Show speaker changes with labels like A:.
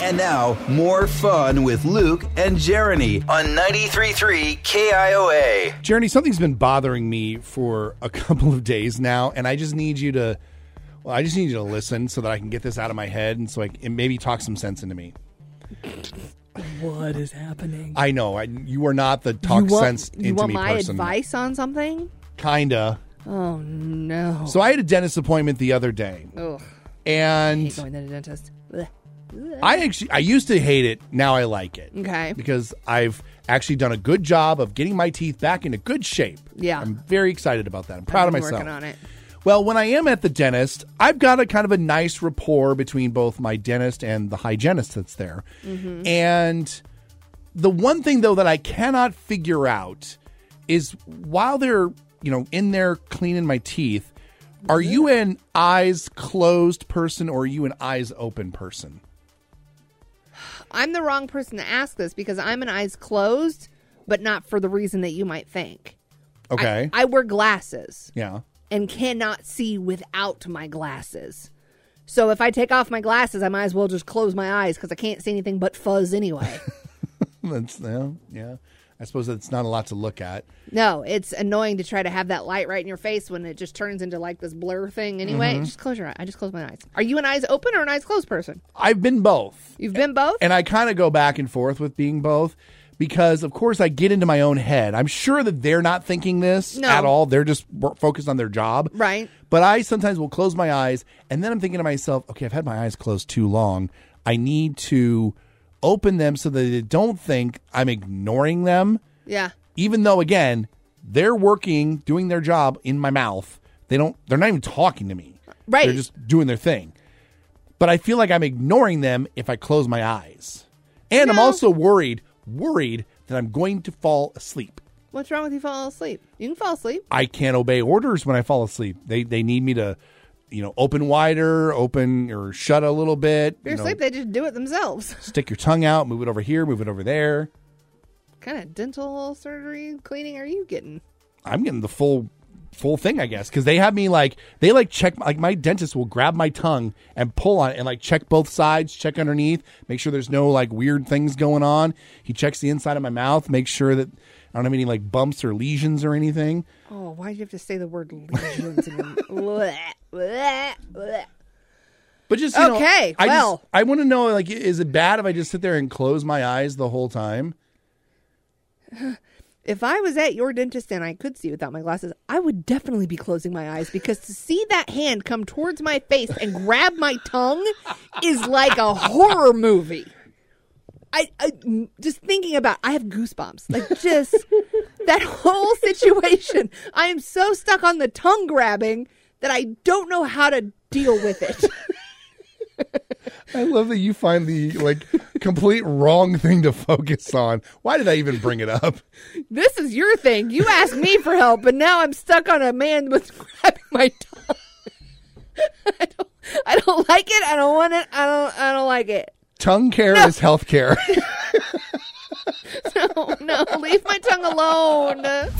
A: And now, more fun with Luke and Jeremy on 93.3 KIOA.
B: Jeremy, something's been bothering me for a couple of days now, and I just need you to, well, I just need you to listen so that I can get this out of my head and so I can, and maybe talk some sense into me.
C: What is happening?
B: I know I, you are not the talk
C: you want,
B: sense into
C: you want
B: me
C: my
B: person.
C: advice on something?
B: Kinda.
C: Oh no!
B: So I had a dentist appointment the other day,
C: Ugh,
B: and
C: hate going to the dentist. Blech.
B: I actually I used to hate it. Now I like it.
C: Okay.
B: Because I've actually done a good job of getting my teeth back into good shape.
C: Yeah.
B: I'm very excited about that. I'm proud
C: I've been
B: of myself.
C: Working on it.
B: Well, when I am at the dentist, I've got a kind of a nice rapport between both my dentist and the hygienist that's there.
C: Mm-hmm.
B: And the one thing though that I cannot figure out is while they're, you know, in there cleaning my teeth, are you an eyes closed person or are you an eyes open person?
C: I'm the wrong person to ask this because I'm an eyes closed, but not for the reason that you might think. I-
B: Okay.
C: I wear glasses.
B: yeah.
C: and cannot see without my glasses. So if I take off my glasses, I might as well just close my eyes because I can't see anything but fuzz anyway.
B: That's yeah, yeah. I suppose that's not a lot to look at.
C: no, it's annoying to try to have that light right in your face when it just turns into like this blur thing anyway. Just close your eye. I just close my eyes. Are you an eyes open or an eyes closed person?
B: I've been both.
C: You've been both?
B: And I kind of go back and forth with being both because of course I get into my own head. I'm sure that they're not thinking this
C: No.
B: at all. They're just wor- focused on their job.
C: Right.
B: But I sometimes will close my eyes and then I'm thinking to myself, okay, I've had my eyes closed too long. I need to open them so that they don't think I'm ignoring them.
C: yeah.
B: even though again they're working doing their job in my mouth they don't they're not even talking to me
C: Right.
B: they're just doing their thing but i feel like i'm ignoring them if i close my eyes and i'm
C: No.
B: also worried worried that i'm going to fall asleep
C: What's wrong with you falling asleep? You can fall asleep.
B: i can't obey orders when i fall asleep they they need me to you know open wider open or shut a little bit
C: If you're
B: you know,
C: asleep, they just do it themselves.
B: stick your tongue out move it over here move it over there
C: what kind of dental surgery cleaning are you getting?
B: I'm getting the full full thing, I guess, because they have me like they like check like my dentist will grab my tongue and pull on it and like check both sides, check underneath, make sure there's no like weird things going on. He checks the inside of my mouth, make sure that I don't have any like bumps or lesions or anything.
C: Oh, why do you have to say the word lesions? in your- Bleh, bleh, bleh.
B: But just you know,
C: Okay,
B: I just-
C: well.
B: I want to know like is it bad if I just sit there and close my eyes the whole time?
C: If I was at your dentist and I could see without my glasses, I would definitely be closing my eyes because to see that hand come towards my face and grab my tongue is like a horror movie. I, I m- just thinking about I have goosebumps. Like just that whole situation. I am so stuck on the tongue grabbing that I don't know how to deal with it.
B: I love that you find the like complete wrong thing to focus on. Why did I even bring it up?
C: this is your thing. You asked me for help, and now I'm stuck on a man with grabbing my tongue. I don't, I don't like it. I don't want it. I don't. I don't like it.
B: Tongue care is health care.
C: Oh, No, no, leave my tongue alone.